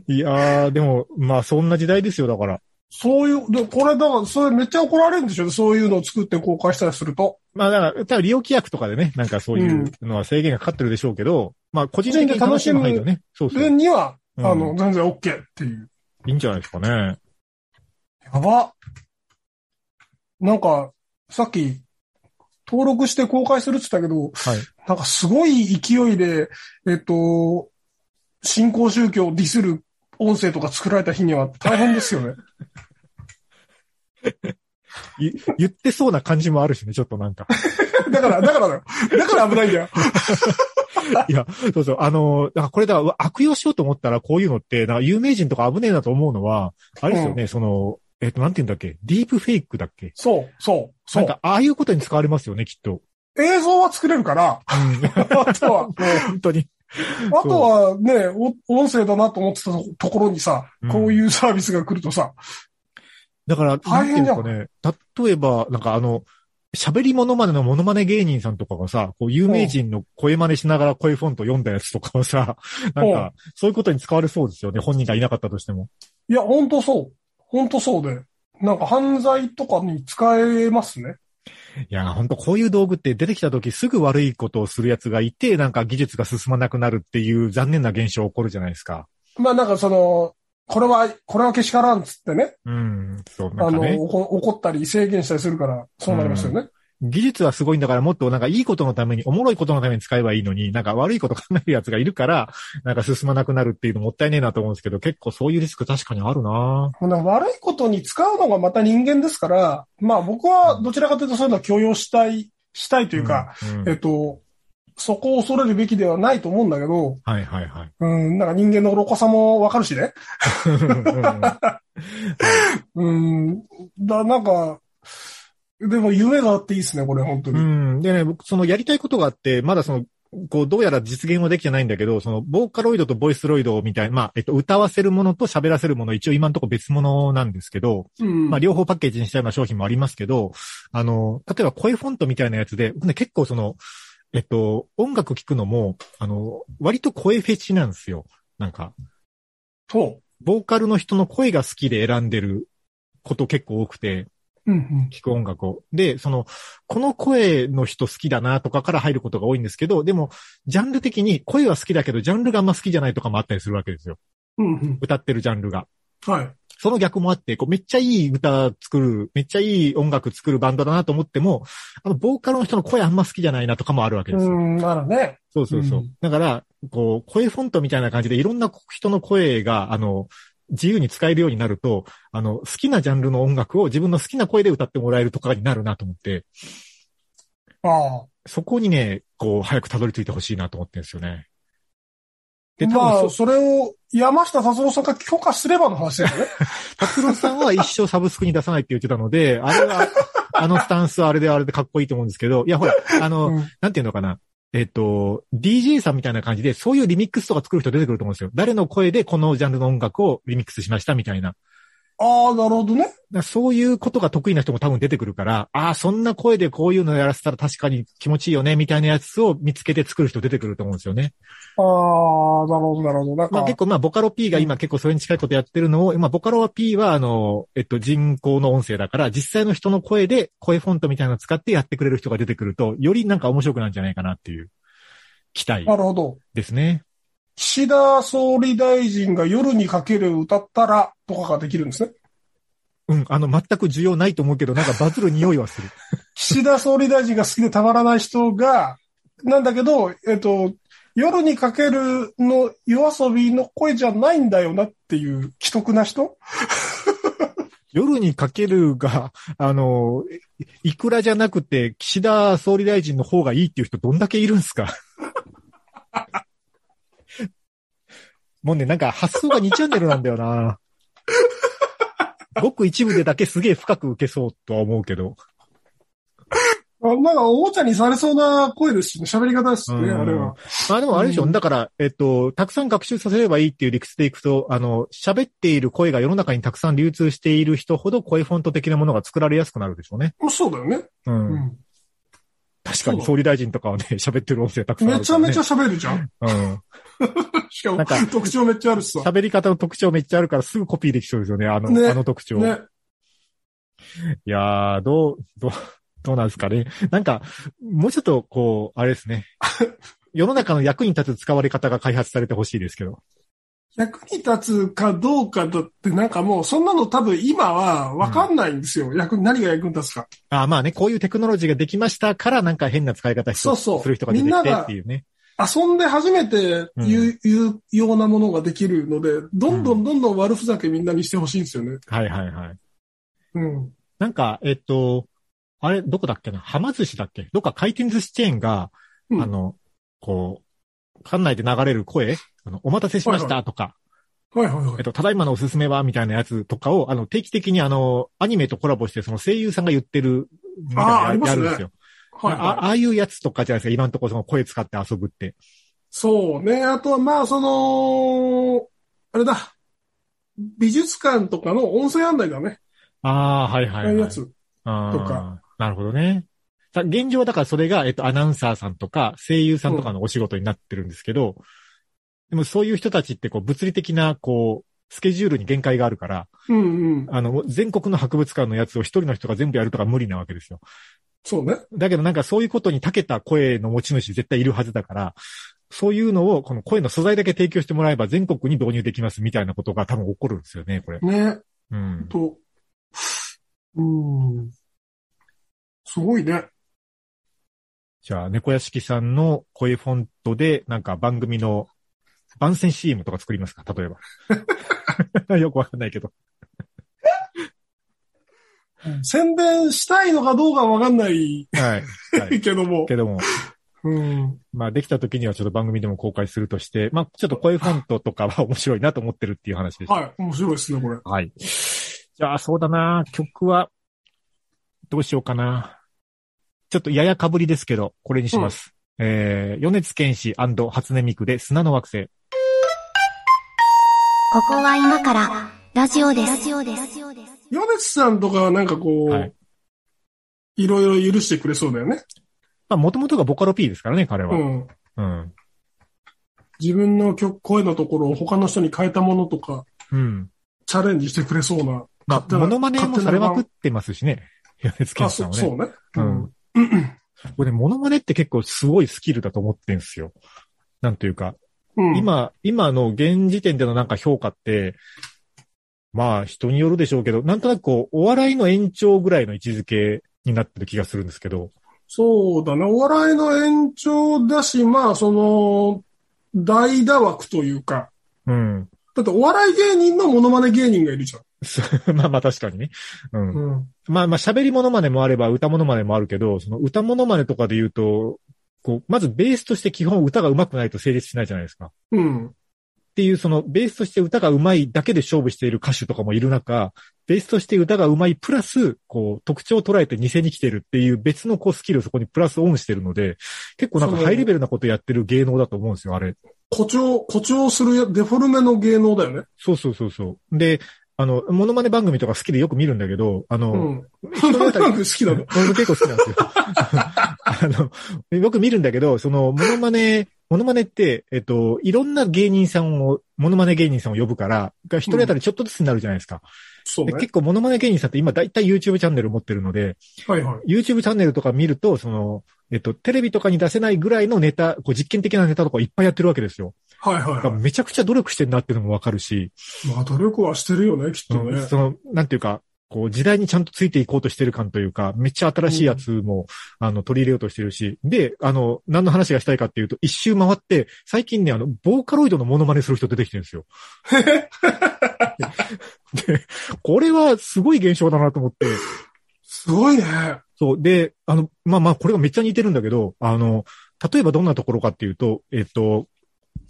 Speaker 2: いやー、でも、まあ、そんな時代ですよ、だから。
Speaker 3: そういう、でこれだから、それめっちゃ怒られるんでしょそういうのを作って公開したりすると。
Speaker 2: まあ、だから、多分利用規約とかでね、なんかそういうのは制限がかかってるでしょうけど、まあ、個人的に楽しむ範囲でね、そうそ
Speaker 3: で、
Speaker 2: う。
Speaker 3: には、
Speaker 2: うん
Speaker 3: あの、全然 OK っていう。
Speaker 2: いいんじゃないですかね。
Speaker 3: やば。なんか、さっき、登録して公開するって言ったけど、
Speaker 2: はい
Speaker 3: なんかすごい勢いで、えっと、新興宗教をディスる音声とか作られた日には大変ですよね。
Speaker 2: い言ってそうな感じもあるしね、ちょっとなんか。
Speaker 3: だから、だからだよ。だから危ないんだよ。
Speaker 2: そうそう。あのー、だからこれだ、うわ悪用しようと思ったらこういうのって、なんか有名人とか危ねえなと思うのは、あれですよね、その、えっ、と、なんて言うんだっけディープフェイクだっけ
Speaker 3: そう、そう、そ
Speaker 2: なん
Speaker 3: う。
Speaker 2: か、ああいうことに使われますよね、きっと。
Speaker 3: 映像は作れる *laughs* から、あとは、
Speaker 2: 本当に。
Speaker 3: あとはね、お音声だなと思ってたとところにさ
Speaker 2: うん、
Speaker 3: こういうサービスが来るとさ、
Speaker 2: だから、
Speaker 3: 大変じゃん
Speaker 2: なんていうんですかね。例えば、なんかあの、喋りモノマネのモノマネ芸人さんとかがさ、こう、有名人の声真似しながら声フォント読んだやつとかをさ、なんか、そういうことに使われそうですよね。本人がいなかったとしても。
Speaker 3: いや、ほんとそう。ほんとそうで。なんか犯罪とかに使えますね。
Speaker 2: いや、本当こういう道具って出てきた時すぐ悪いことをするやつがいて、なんか技術が進まなくなるっていう残念な現象起こるじゃないですか。
Speaker 3: まあなんかその、これは、これはけしからんっつってね、
Speaker 2: うん、そう、な
Speaker 3: あ
Speaker 2: んか
Speaker 3: の、
Speaker 2: ね。
Speaker 3: おこ怒ったり制限したりするから、そうなりますよね。
Speaker 2: 技術はすごいんだからもっとなんかいいことのために、おもろいことのために使えばいいのに、なんか悪いこと考えるやつがいるから、なんか進まなくなるっていうのもったいねえなと思うんですけど、結構そういうリスク確かにあるな
Speaker 3: ほんで悪いことに使うのがまた人間ですから、まあ僕はどちらかというとそういうのは許容したい、したいと
Speaker 2: と
Speaker 3: いうか、、
Speaker 2: うん
Speaker 3: えっと、そこを恐れるべきではないと思うんだけど、
Speaker 2: はいはい
Speaker 3: *laughs*
Speaker 2: はい。
Speaker 3: うん、なんか人間の愚かさもわかるしね。うん、だ、なんか、でも夢があっていいですね、これ、本当
Speaker 2: う
Speaker 3: に。
Speaker 2: ん。でね、僕、そのやりたいことがあって、まだその、こう、どうやら実現はできてないんだけど、その、ボーカロイドとボイスロイドみたいな、まあ、えっと、歌わせるものと喋らせるもの、一応今のところ別物なんですけど、
Speaker 3: うん
Speaker 2: まあ、両方パッケージにしたような商品もありますけど、あの、例えば声フォントみたいなやつで、僕ね結構その、えっと、音楽聴くのも、あの、割と声フェチなんですよ。なんか、
Speaker 3: そ
Speaker 2: ボーカルの人の声が好きで選んでること結構多くて、
Speaker 3: う。うんうん。
Speaker 2: 聞く音楽を。で、その、この声の人好きだなとかから入ることが多いんですけど、でも、ジャンル的に声は好きだけど、ジャンルがあんま好きじゃないとかもあったりするわけですよ。
Speaker 3: うんうん。
Speaker 2: 歌ってるジャンルが。
Speaker 3: はい。
Speaker 2: その逆もあって、こう、めっちゃいい歌作る、めっちゃいい音楽作るバンドだなと思っても、あの、ボーカルの人の声あんま好きじゃないなとかもあるわけですよ。
Speaker 3: うん、ならね。
Speaker 2: そうそうそう。
Speaker 3: うん
Speaker 2: だから、こう、声フォントみたいな感じでいろんな人の声が、あの、自由に使えるようになると、あの、好きなジャンルの音楽を自分の好きな声で歌ってもらえるとかになるなと思って、
Speaker 3: ああ。
Speaker 2: そこにね、こう、早くたどり着いてほしいなと思ってるんですよね。で、多
Speaker 3: まあ、
Speaker 2: 分そ、
Speaker 3: それを山下達郎さんが許可すればの話だよね。
Speaker 2: 達郎さんは一生サブスクに出さないって言ってたの
Speaker 3: *laughs*
Speaker 2: で、あれは、あのスタンスはあれであれでかっこいいと思うんですけど、いや、ほら、あの、
Speaker 3: うん
Speaker 2: なんていうのかな。えっ、と、DJ さんみたいな感じで、そういうリミックスとか作る人出てくると思うんですよ。誰の声でこのジャンルの音楽をリミックスしましたみたいな。だか
Speaker 3: ああ、なるほどね。
Speaker 2: らそういうことが得意な人も多分出てくるから、ああ、そんな声でこういうのやらせたら確かに気持ちいいよね、みたいなやつを見つけて作る人出てくると思うんですよね。
Speaker 3: ああ、なるほど、なるほど。なんか、
Speaker 2: まあ結構まあボカロ P が今結構それに近いことやってるのを、今ボカロ P はあの、えっと人工の音声だから実際の人の声で声フォントみたいなの使ってやってくれる人が出てくると、よりなんか面白くなるんじゃないかなっていう。期待
Speaker 3: なるほど。
Speaker 2: ですね。
Speaker 3: 岸田総理大臣が夜にかける歌ったらとかができるんですね。
Speaker 2: うん、あの、全く需要ないと思うけど、なんかバズる匂いはする。
Speaker 3: 岸田総理大臣が好きでたまらない人が、なんだけど、えっと、夜にかけるの夜遊びの声じゃないんだよなっていう既得な人
Speaker 2: 夜にかけるが、 *laughs* あの、いいくらじゃなくて、岸田総理大臣の方がいいっていう人どんだけいるんすか *laughs* もうね、なんか発想が2チャンネルなんだよ
Speaker 3: *laughs*
Speaker 2: な。ごく一部でだけすげえ深く受けそうとは思うけど。
Speaker 3: あなんかおもちゃにされそうな声ですしね、喋り方ですね、
Speaker 2: うん
Speaker 3: あれは。
Speaker 2: まあでもあれでしょ、
Speaker 3: うん
Speaker 2: だから、えっと、たくさん学習させればいいっていう理屈でいくと、あの、喋っている声が世の中にたくさん流通している人ほど声フォント的なものが作られやすくなるでしょうね。
Speaker 3: そうだよね。
Speaker 2: う。
Speaker 3: うんん。
Speaker 2: 確かに総理大臣とかはね、 *laughs* 喋ってる音声たくさんあ
Speaker 3: め
Speaker 2: る
Speaker 3: ち
Speaker 2: か
Speaker 3: ゃ
Speaker 2: ら、ね。
Speaker 3: めちゃ喋るじゃん。
Speaker 2: うん。
Speaker 3: *laughs* しか
Speaker 2: な
Speaker 3: も
Speaker 2: んか、
Speaker 3: 特徴めっちゃあるしさ。
Speaker 2: 喋り方の特徴めっちゃあるからすぐコピーできそうですよね、あの、
Speaker 3: ね
Speaker 2: あの特徴。
Speaker 3: ね。
Speaker 2: いやー、どう、どう、どうなんですかね。なんか、もうちょっと、こう、あれです
Speaker 3: *laughs*
Speaker 2: ね。世の中の役に立つ使われ方が開発されてほしいですけど。
Speaker 3: 役に立つかどうかだって、なんかもう、そんなの多分今はわかんないんですよ。役、何が役に立つか。
Speaker 2: あーまあね、こういうテクノロジーができましたから、なんか変な使い方し
Speaker 3: そうそう
Speaker 2: する人が出て
Speaker 3: みん
Speaker 2: き
Speaker 3: な
Speaker 2: て
Speaker 3: が
Speaker 2: っていうね。
Speaker 3: 遊んで初めて言う、言うようなものができるので、どんどんどんどん悪ふざけみんなにしてほしいんですよね。
Speaker 2: はいはいはい。
Speaker 3: うん。
Speaker 2: なんか、えっと、あれ、どこだっけなはま寿司だっけどっか回転寿司チェーンが、
Speaker 3: うん
Speaker 2: あの、こう、館内で流れる声、あの、お待たせしまし
Speaker 3: はいは
Speaker 2: たとか、
Speaker 3: はいはいは
Speaker 2: えっ
Speaker 3: い。
Speaker 2: と、ただいまのおすすめはみたいなやつとかを、あの、定期的にあの、アニメとコラボして、その声優さんが言ってるみたいな
Speaker 3: あーあ
Speaker 2: やや
Speaker 3: ります
Speaker 2: る
Speaker 3: ね
Speaker 2: んですよ。
Speaker 3: はい
Speaker 2: あ
Speaker 3: はい。
Speaker 2: ああいうやつとかじゃないですか、今のところその声使って遊ぶって。
Speaker 3: そうね。あとは、まあ、その、あれだ。美術館とかの音声案内だね。
Speaker 2: ああ、はいは
Speaker 3: あ
Speaker 2: い、
Speaker 3: あ
Speaker 2: はいい。
Speaker 3: うやつ。
Speaker 2: あー
Speaker 3: とか。
Speaker 2: なるほどね。さ現状はだからそれが、えっと、アナウンサーさんとか、声優さんとかのお仕事になってるんですけど、でもそういう人たちって、こう、物理的な、こう、スケジュールに限界があるから、
Speaker 3: うんうん。
Speaker 2: あの、全国の博物館のやつを一人の人が全部やるとか無理なわけですよ。
Speaker 3: そうね。
Speaker 2: だけどなんかそういうことに長けた声の持ち主絶対いるはずだから、そういうのを、この声の素材だけ提供してもらえば全国に導入できますみたいなことが多分起こるんですよね、これ。
Speaker 3: ね。
Speaker 2: うん。
Speaker 3: と、うん。すごいね。
Speaker 2: じゃあ、猫屋敷さんの声フォントで、なんか番組の番宣 CM とか作りますか例えば。 *laughs* よくわかんないけど。
Speaker 3: 宣伝したいのかどうかわかんない
Speaker 2: はい。はい。
Speaker 3: けども。
Speaker 2: けども、
Speaker 3: うん。
Speaker 2: まあできた時にはちょっと番組でも公開するとして、まあちょっと声フォントとかは面白いなと思ってるっていう話でした。
Speaker 3: はい。面白いですね、これ。
Speaker 2: はい。じゃあ、そうだな曲は、どうしようかな。ちょっとややかぶりですけど、これにします。えー、米津玄師初音ミクで砂の惑星。
Speaker 1: ここは今からラジオです。ラジオです。
Speaker 3: 米津さんとかはなんかこう、
Speaker 2: はい
Speaker 3: い、ろいろ許してくれそうだよね。
Speaker 2: まあ、もともとがボカロ P ですからね、彼
Speaker 3: う
Speaker 2: は。
Speaker 3: ん。
Speaker 2: うん。
Speaker 3: 自分の曲、声のところを他の人に変えたものとか、
Speaker 2: うん。
Speaker 3: チャレンジしてくれそうな。
Speaker 2: ま
Speaker 3: 勝手
Speaker 2: あ、
Speaker 3: な
Speaker 2: モノマネもされまくってますしね。米津玄
Speaker 3: あ、
Speaker 2: 師さん
Speaker 3: そ
Speaker 2: は
Speaker 3: そ
Speaker 2: ね。
Speaker 3: う
Speaker 2: う
Speaker 3: ね。
Speaker 2: ん。これね、モノマネって結構すごいスキルだと思ってんすよ。なんというか、
Speaker 3: うん。
Speaker 2: 今、今の現時点でのなんか評価って、まあ人によるでしょうけど、なんとなくこう、お笑いの延長ぐらいの位置づけになってる気がするんですけど、
Speaker 3: そうだね。お笑いの延長だし、まあ、その、大打枠というか。
Speaker 2: うん。
Speaker 3: だってお笑い芸人のモノマネ芸人がいるじゃ
Speaker 2: す *laughs* まあまあ確かにね。うん
Speaker 3: ん。。うん。
Speaker 2: まあまあ喋りモノマネもあれば歌モノマネもあるけど、その歌モノマネとかで言うと、こう、まずベースとして基本歌が上手くないと成立しないじゃないですか。
Speaker 3: うん。
Speaker 2: っていう、その、ベースとして歌が上手いだけで勝負している歌手とかもいる中、ベースとして歌が上手いプラス、こう、特徴を捉えて偽に来てるっていう別のこうスキルをそこにプラスオンしてるので、結構なんか
Speaker 3: そう
Speaker 2: ハイレベルなことやってる芸能だと思うんですよ、あれ。
Speaker 3: 誇張、誇張するやデフォルメの芸能だよね。
Speaker 2: そうそうそうそう。で、あの、モノマネ番組とか好きでよく見るんだけど、あの、
Speaker 3: うん。
Speaker 2: 人によっては
Speaker 3: *laughs* なんか好きだね。
Speaker 2: 俺も結構好きなん *laughs* ですよ。あの、よく見るんだけど、その、モノマネ、モノマネって、えっと、いろんな芸人さんを、モノマネ芸人さんを呼ぶから、が一人当たりちょっとずつになるじゃないですか。
Speaker 3: そう
Speaker 2: で
Speaker 3: ね。
Speaker 2: 結構モノマネ芸人さんって今大体 YouTube チャンネル持ってるので、
Speaker 3: はいはい。
Speaker 2: YouTube チャンネルとか見ると、その、えっと、テレビとかに出せないぐらいのネタ、こう実験的なネタとかいっぱいやってるわけですよ。
Speaker 3: はいはい
Speaker 2: だから
Speaker 3: は
Speaker 2: めちゃくちゃ努力してんなっていうのもわかるし、
Speaker 3: い。まあ、努力はしてるよね、きっと
Speaker 2: う
Speaker 3: ね
Speaker 2: ん。その、なんていうか、こう、時代にちゃんとついていこうとしてる感というか、めっちゃ新しいやつも、あの、取り入れようとしてるし、で、あの、何の話がしたいかっていうと、一周回って、最近ね、あの、ボーカロイドのモノマネする人出てきてるん
Speaker 3: *laughs*
Speaker 2: ですよ。で、これはすごい現象だなと思って、
Speaker 3: すごいね。
Speaker 2: そう。で、あの、まあまあ、これがめっちゃ似てるんだけど、あの、例えばどんなところかっていうと、えっと、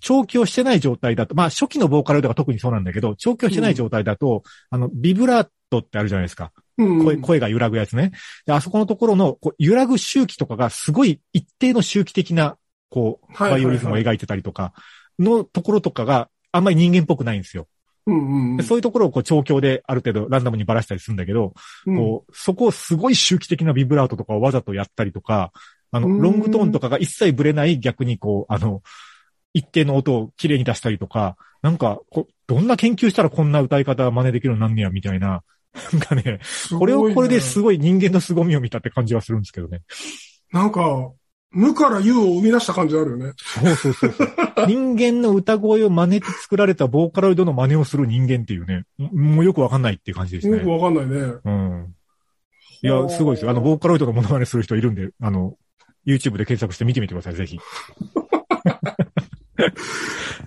Speaker 2: 長期をしてない状態だと、まあ、初期のボーカルとか特にそうなんだけど、長期をしてない状態だと、あの、ビブラートってあるじゃないですか。
Speaker 3: うん。
Speaker 2: 声声が揺らぐやつね。で、あそこのところの、こう揺らぐ周期とかがすごい一定の周期的な、こう、
Speaker 3: はい
Speaker 2: バ
Speaker 3: はいはい
Speaker 2: イオリズムを描いてたりとか、のところとかが、あんまり人間っぽくないんですよ。
Speaker 3: うんうん
Speaker 2: でそういうところをこう、調教である程度ランダムにばらしたりするんだけど、
Speaker 3: うん。
Speaker 2: こう、そこをすごい周期的なビブラートとかをわざとやったりとか、あの、
Speaker 3: うーん
Speaker 2: ロングトーンとかが一切ブレない逆にこう、あの、一定の音を綺麗に出したりとか、なんか、こう、どんな研究したらこんな歌い方真似できるようになんねや、みたいな。なんかね、
Speaker 3: すご
Speaker 2: こ
Speaker 3: い
Speaker 2: れ
Speaker 3: ね
Speaker 2: をこれですごい人間の凄みを見たって感じはするんですけどね。
Speaker 3: なんか、無から有を生み出した感じあるよね。
Speaker 2: そうそうそうそう。 *laughs* 人間の歌声を真似て作られたボーカロイドの真似をする人間っていうね、もうよくわかんないっていう感じです
Speaker 3: よく
Speaker 2: ね。
Speaker 3: わかんないね。
Speaker 2: うん。いや、すごいですよ。あの、ボーカロイドのモノマネする人いるんで、あの、YouTube で検索して見てみてください、ぜひ。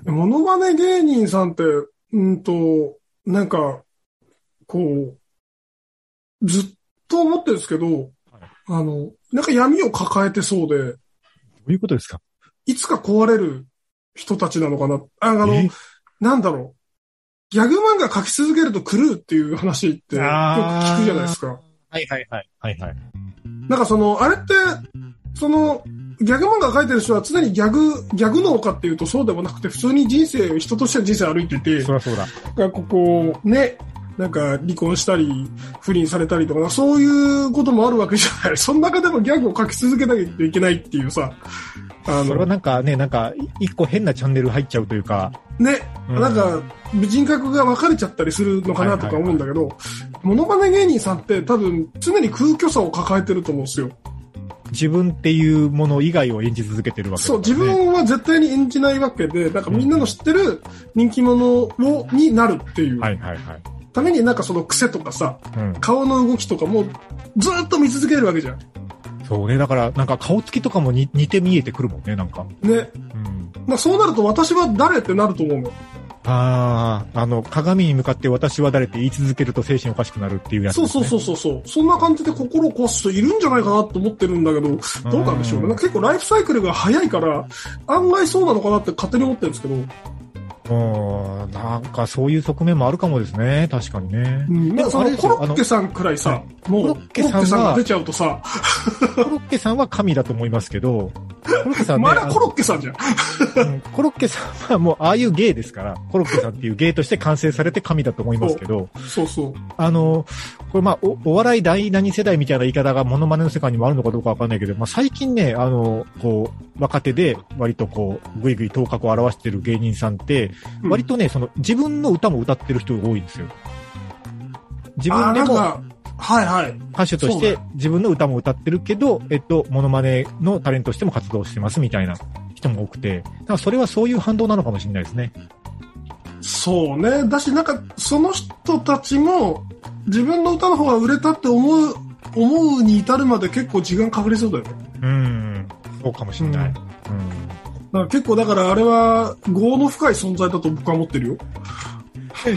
Speaker 3: モノマネ芸人さんって、うんと、なんか、こう、ずっと思ってるんですけど
Speaker 2: はい、
Speaker 3: あの、なんか闇を抱えてそうで、
Speaker 2: どういうことですか
Speaker 3: いつか壊れる人たちなのかな。ああの
Speaker 2: え、
Speaker 3: なんだろう。ギャグ漫画書き続けると狂うっていう話ってよく聞くじゃないですか。
Speaker 2: はいはいはい。はいはい。
Speaker 3: なんかその、あれって、その、ギャグ漫画書いてる人は常にギャグ、ギャグ脳かっていうとそうでもなくて、普通に人生、人としての人生歩いてて、
Speaker 2: そりゃそうだ。
Speaker 3: がここね、なんか離婚したり、不倫されたりとか、そういうこともあるわけじゃない。その中でもギャグを書き続けなきゃいけないっていうさ、あ
Speaker 2: それは
Speaker 3: の、
Speaker 2: なんかね、なんか、一個変なチャンネル入っちゃうというか、
Speaker 3: ね、
Speaker 2: うん
Speaker 3: なんか、人格が分かれちゃったりするのかなとか思うんだけど、モノマネ芸人さんって多分常に空虚さを抱えてると思うんですよ。
Speaker 2: 自分っていうもの以外を演じ続けてるわけだか
Speaker 3: そう、
Speaker 2: らね、
Speaker 3: 自分は絶対に演じないわけで、なんかみんなの知ってる人気者を、になるっていう
Speaker 2: はいはいはい。
Speaker 3: ためになんかその癖とかさ、
Speaker 2: うん。
Speaker 3: 顔の動きとかもずーっと見続けるわけじゃん。
Speaker 2: そうね。だから、なんか顔つきとかもに似て見えてくるもんね、なんか。
Speaker 3: ね。
Speaker 2: うん。
Speaker 3: まあそうなると私は誰ってなると思うの。
Speaker 2: ああ、あの、鏡に向かって私は誰って言い続けると精神おかしくなるっていうやつ、
Speaker 3: そうそうそうそうそう。そんな感じで心を壊す人いるんじゃないかなと思ってるんだけど、どうなんでしょうね。
Speaker 2: うん
Speaker 3: なんか結構ライフサイクルが早いから、案外そうなのかなって勝手に思ってるんですけど、
Speaker 2: うん。なんかそういう側面もあるかもですね。確かにね
Speaker 3: う。ん、なんかそ
Speaker 2: あれ
Speaker 3: の
Speaker 2: です
Speaker 3: コ
Speaker 2: よ
Speaker 3: ロッケさんくらいさ、も
Speaker 2: コロ
Speaker 3: うコロ
Speaker 2: ッ
Speaker 3: ッ
Speaker 2: ケ
Speaker 3: ケ
Speaker 2: さんは
Speaker 3: さんが出ちゃうとさ、
Speaker 2: コロッケさんは神だと思いますけど、コロッケさんね、
Speaker 3: まだコロッケさんじゃん。
Speaker 2: あのうんコロッケさんはもうああいう芸ですから、コロッケさんっていう芸として完成されて神だと思いますけど、
Speaker 3: そうそう。
Speaker 2: あの、これまあお、お笑い第何世代みたいな言い方がモノマネの世界にもあるのかどうかわかんないけど、まあ最近ね、あの、こう、若手で割とこう、ぐいぐい頭角を現してる芸人さんって、
Speaker 3: うん
Speaker 2: 割とね、その自分の歌も歌ってる人が多いんですよ。自
Speaker 3: あ
Speaker 2: 分
Speaker 3: ー
Speaker 2: で
Speaker 3: なん
Speaker 2: も
Speaker 3: か、はいはい。
Speaker 2: 歌手とし
Speaker 3: そう
Speaker 2: て自分の歌も歌ってるけど、えっと、モノマネのタレントとしても活動してますみたいな人も多くて、だからそれはそういう反動なのかもしれないですね。
Speaker 3: そうね。だし、なんか、その人たちも、自分の歌の方が売れたって思う、思うに至るまで結構時間かかりそうだよね。
Speaker 2: うん、そうかもしれない。うん
Speaker 3: だから結構だからあれは業の深い存在だと僕は思ってるよ。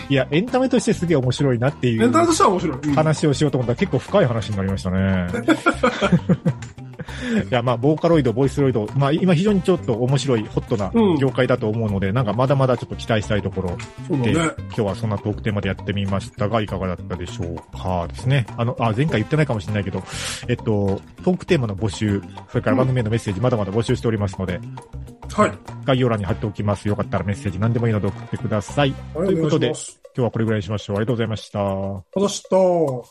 Speaker 2: いや、エンタメとしてすげえ面白いなってい
Speaker 3: エンタメ
Speaker 2: う
Speaker 3: としては面白い。うん
Speaker 2: 話をしようと思ったら結構深い話になりましたね。 *laughs* いや、まあ、ボーカロイド、ボイスロイド、まあ、今非常にちょっと面白い、ホットな
Speaker 3: うん
Speaker 2: 業界だと思うので、なんかまだまだちょっと期待したいところ
Speaker 3: そう
Speaker 2: で、
Speaker 3: だね。
Speaker 2: 今日はそんなトークテーマでやってみましたが、いかがだったでしょうかですね。あの、あ、前回言ってないかもしれないけど、えっと、トークテーマの募集、それから番組へのメッセージ、まだまだ募集しておりますので、
Speaker 3: はい。
Speaker 2: 概要欄に貼っておきます。よかったらメッセージ何でもいいので送ってください。
Speaker 3: あ
Speaker 2: とい
Speaker 3: り
Speaker 2: う
Speaker 3: が
Speaker 2: ことと
Speaker 3: うござい
Speaker 2: で、
Speaker 3: ま
Speaker 2: 今
Speaker 3: す。
Speaker 2: 日はこれぐらいにしましょう。ありがとうございました。
Speaker 3: 私と、